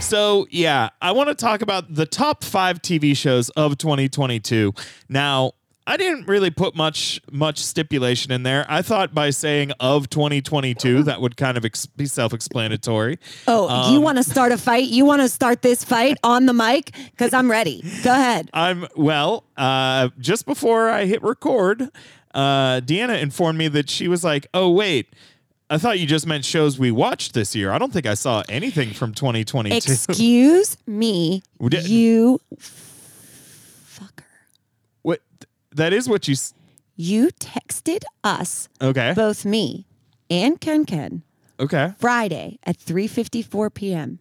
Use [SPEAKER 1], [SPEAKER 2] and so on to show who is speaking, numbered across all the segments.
[SPEAKER 1] So, yeah, I want to talk about the top five TV shows of 2022. Now, I didn't really put much much stipulation in there. I thought by saying of 2022 that would kind of ex- be self-explanatory.
[SPEAKER 2] Oh, you want to start a fight? You want to start this fight on the mic? Because I'm ready. Go ahead.
[SPEAKER 1] I'm well. Uh, just before I hit record, uh, Deanna informed me that she was like, "Oh wait, I thought you just meant shows we watched this year. I don't think I saw anything from 2022."
[SPEAKER 2] Excuse me,
[SPEAKER 1] We didn't-
[SPEAKER 2] you fucker.
[SPEAKER 1] what? That is what you. s-
[SPEAKER 2] You texted us,
[SPEAKER 1] Okay.
[SPEAKER 2] both me and Ken Ken,
[SPEAKER 1] Okay.
[SPEAKER 2] Friday at 3:54 p.m.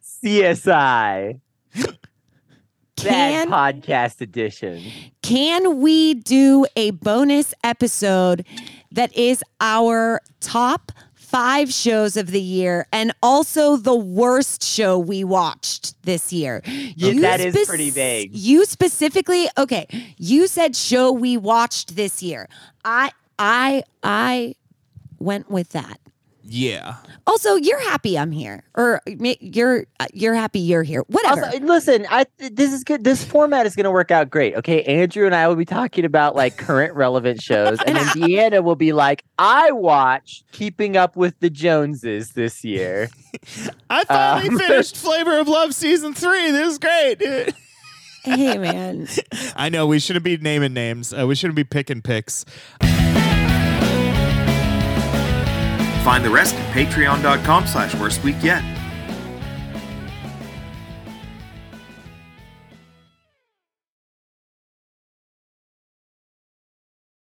[SPEAKER 3] CSI. That
[SPEAKER 2] Can
[SPEAKER 3] podcast edition.
[SPEAKER 2] can we do a bonus episode that is our top five shows of the year and also the worst show we watched this year? You
[SPEAKER 3] that is pretty vague.
[SPEAKER 2] You specifically, okay, you said show we watched this year. I, I, I went with that.
[SPEAKER 1] Yeah.
[SPEAKER 2] Also, you're happy I'm here, or ma- you're uh, you're happy you're here. Whatever.
[SPEAKER 3] Also, listen, I this is good. This format is going to work out great. Okay, Andrew and I will be talking about like current relevant shows, and then Deanna will be like, "I watched Keeping Up with the Joneses this year."
[SPEAKER 1] I finally
[SPEAKER 3] Um,
[SPEAKER 1] finished Flavor of Love season three. This is great.
[SPEAKER 2] hey, man.
[SPEAKER 1] I know we shouldn't be naming names. Uh, we shouldn't be picking picks.
[SPEAKER 4] Find the rest at patreon.com slash worst week yet.